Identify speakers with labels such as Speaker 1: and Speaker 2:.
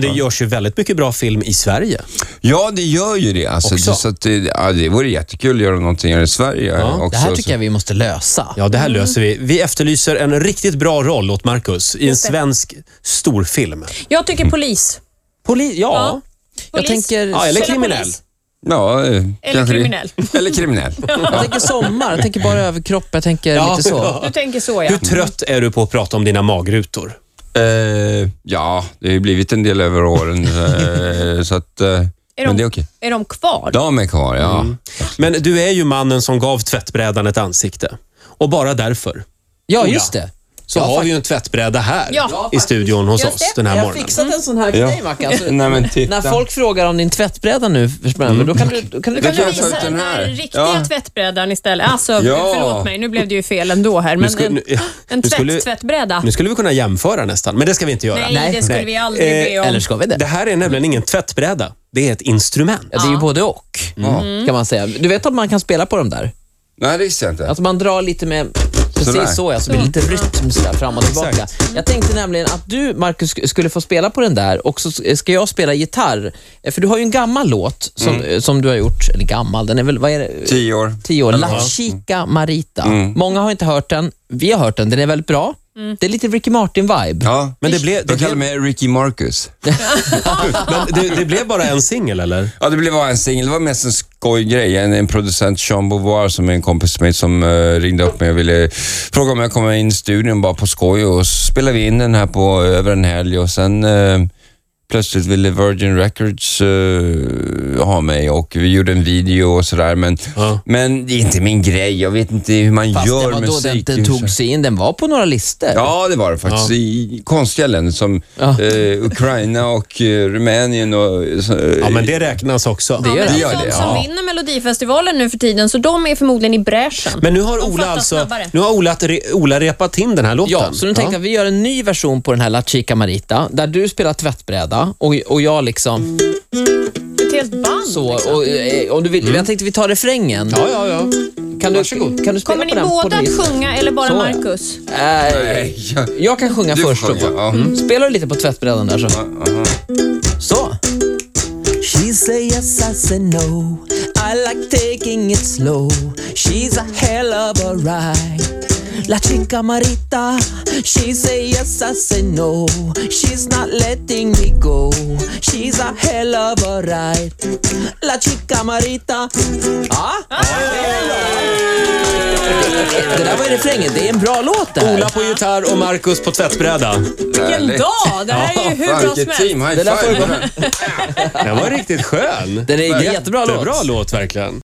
Speaker 1: det görs ju väldigt mycket bra film i Sverige.
Speaker 2: Ja, det gör ju det. Alltså,
Speaker 1: Också.
Speaker 2: det, så att det, ja, det vore jättekul att göra någonting här i Sverige också.
Speaker 3: Det här tycker
Speaker 4: alltså.
Speaker 3: jag vi måste lösa.
Speaker 1: Ja, det
Speaker 4: Mm.
Speaker 1: här löser vi. Vi efterlyser en riktigt bra roll åt Marcus i en svensk storfilm.
Speaker 4: Jag tycker polis.
Speaker 1: Poli ja.
Speaker 4: Ja.
Speaker 3: Jag
Speaker 4: Polis.
Speaker 3: tänker,
Speaker 1: Ja, eller
Speaker 4: Spela
Speaker 1: kriminell.
Speaker 4: polis.
Speaker 2: Ja, eh, kanske det.
Speaker 4: kriminell.
Speaker 2: Eller kriminell.
Speaker 3: jag tänker sommar, jag tänker bara överkropp, jag tänker
Speaker 1: Ja.
Speaker 3: lite så.
Speaker 1: Ja.
Speaker 4: Du tänker så, ja.
Speaker 1: Hur trött är du på att prata om dina magrutor?
Speaker 2: Eh, ja, det har ju blivit en del över åren. eh, så att, eh,
Speaker 4: Är
Speaker 2: men
Speaker 4: de,
Speaker 2: det är okej.
Speaker 4: är de kvar?
Speaker 2: De är kvar, ja.
Speaker 1: Men du är ju mannen som gav tvättbrädan ett ansikte. Och bara därför
Speaker 3: Ja, just det.
Speaker 1: så har vi ju en tvättbräda här
Speaker 4: Ja.
Speaker 1: i studion hos
Speaker 4: Just
Speaker 1: oss
Speaker 4: det.
Speaker 1: den här
Speaker 3: Jag har
Speaker 1: morgonen.
Speaker 3: fixat en sån här
Speaker 2: Ja.
Speaker 3: grej, Mackan. så
Speaker 2: Nej, men titta.
Speaker 3: Alltså, När folk frågar om din tvättbräda nu, för då kan du... Då kan du,
Speaker 2: Det
Speaker 4: Kan du
Speaker 2: jag ta
Speaker 4: visa
Speaker 2: ut den
Speaker 4: den här,
Speaker 2: här?
Speaker 4: riktiga
Speaker 2: Ja.
Speaker 4: tvättbrädan istället? Alltså,
Speaker 2: Ja.
Speaker 4: förlåt mig, nu blev det ju fel ändå här. Men
Speaker 1: skulle-
Speaker 4: en,
Speaker 1: nu- ja,
Speaker 4: en
Speaker 1: nu
Speaker 4: tvätt,
Speaker 1: skulle-
Speaker 4: tvättbräda?
Speaker 1: Nu skulle vi kunna jämföra nästan, men det ska vi inte göra.
Speaker 4: nej, det skulle
Speaker 1: Nej.
Speaker 4: vi aldrig be om.
Speaker 3: eller ska vi det?
Speaker 1: Det här är nämligen ingen tvättbräda. Det är ett instrument.
Speaker 3: Ja, det är ju både och,
Speaker 2: Mm.
Speaker 3: kan man säga. Du vet att man kan spela på dem där?
Speaker 2: Nej, det visste jag inte.
Speaker 3: Alltså man drar lite med...
Speaker 2: Sådär.
Speaker 3: Precis så, ja, så blir det lite rytm sådär fram och tillbaka. Jag tänkte nämligen att du, Marcus, sk- skulle få spela på den där och så s- ska jag spela gitarr. Eh, För du har ju en gammal låt som, eh, som du har gjort, eller gammal, den är väl, vad är det?
Speaker 2: Mm. Tio år.
Speaker 3: Tio år. La Chica Marita.
Speaker 2: Mm.
Speaker 3: Många har inte hört den. Vi har hört den, den är väldigt bra.
Speaker 4: Mm.
Speaker 3: Det är lite Ricky Martin-vibe.
Speaker 2: Ja.
Speaker 1: Men det blev- det
Speaker 2: De kallar
Speaker 1: blev-
Speaker 2: mig Ricky Marcus.
Speaker 1: Men det, det blev bara en singel, eller?
Speaker 2: Ja, det blev bara en singel. Det var mest en skojgrej. En, en producent, Sean Beauvoir, som är en kompis med mig, som eh, ringde upp mig och ville fråga om jag kom in i studion bara på skoj och så spelade vi in den här på eh, över en helg och sen eh, plötsligt ville Virgin Records eh, ha mig och vi gjorde en video och sådär men,
Speaker 1: Ja.
Speaker 2: men det är inte min grej. Jag vet inte hur man
Speaker 3: Fast
Speaker 2: gör
Speaker 3: det var då den,
Speaker 2: musik.
Speaker 3: den tog sig in, den var på några listor.
Speaker 2: Ja, det var det faktiskt. I konstiga länder som eh, Ukraina och eh, Rumänien och... eh,
Speaker 1: Ja, men det räknas också.
Speaker 3: Det gör
Speaker 4: men
Speaker 3: den.
Speaker 2: gör
Speaker 4: de
Speaker 2: det,
Speaker 4: som
Speaker 2: ja.
Speaker 4: vinner Melodifestivalen nu för tiden, så de är förmodligen i bräschen.
Speaker 1: Men nu har
Speaker 4: De
Speaker 1: Ola
Speaker 4: fattar
Speaker 1: alltså,
Speaker 4: snabbare.
Speaker 1: nu har Ola, att re, Ola repat in den här låten.
Speaker 3: Ja, så nu tänkte jag att vi gör en ny version på den här La Chica Marita, där du spelar tvättbräda och, och jag liksom
Speaker 4: Ett helt band.
Speaker 3: så. Och, eh, om du vill, Jag tänkte vi tar refrängen.
Speaker 1: Ja, ja, ja.
Speaker 3: Kan, du, kan du spela
Speaker 4: Kommer ni
Speaker 3: på den? på
Speaker 4: båda
Speaker 3: din-
Speaker 4: att sjunga eller bara
Speaker 3: Så, ja.
Speaker 4: Marcus?
Speaker 3: Eh,
Speaker 2: Nej, jag-
Speaker 3: jag kan sjunga
Speaker 2: Du får
Speaker 3: först. då.
Speaker 2: sjunga, ja.
Speaker 3: Mm. Spelar du lite på tvättbrädan där så.
Speaker 2: Aha.
Speaker 3: Så. She say yes, I say no. I like taking it slow. She's a hell of a ride. La chica Marita, she say yes, I say no. She's not letting me go. She's a hell of a ride. La chica Marita. Ah! Ja? Det där var ju refrängen. Det är en bra låt det här.
Speaker 1: Ola på gitarr och Marcus på tvättbräda.
Speaker 4: Vilken
Speaker 2: Härligt.
Speaker 4: dag! Det här är ju hur
Speaker 2: Fan,
Speaker 4: bra som
Speaker 2: vilket team.
Speaker 4: helst.
Speaker 2: High
Speaker 3: Det där får
Speaker 2: five.
Speaker 3: gå-
Speaker 1: Den var riktigt skön.
Speaker 3: Den är en jättebra
Speaker 1: Jättebra
Speaker 3: låt.
Speaker 1: låt, verkligen.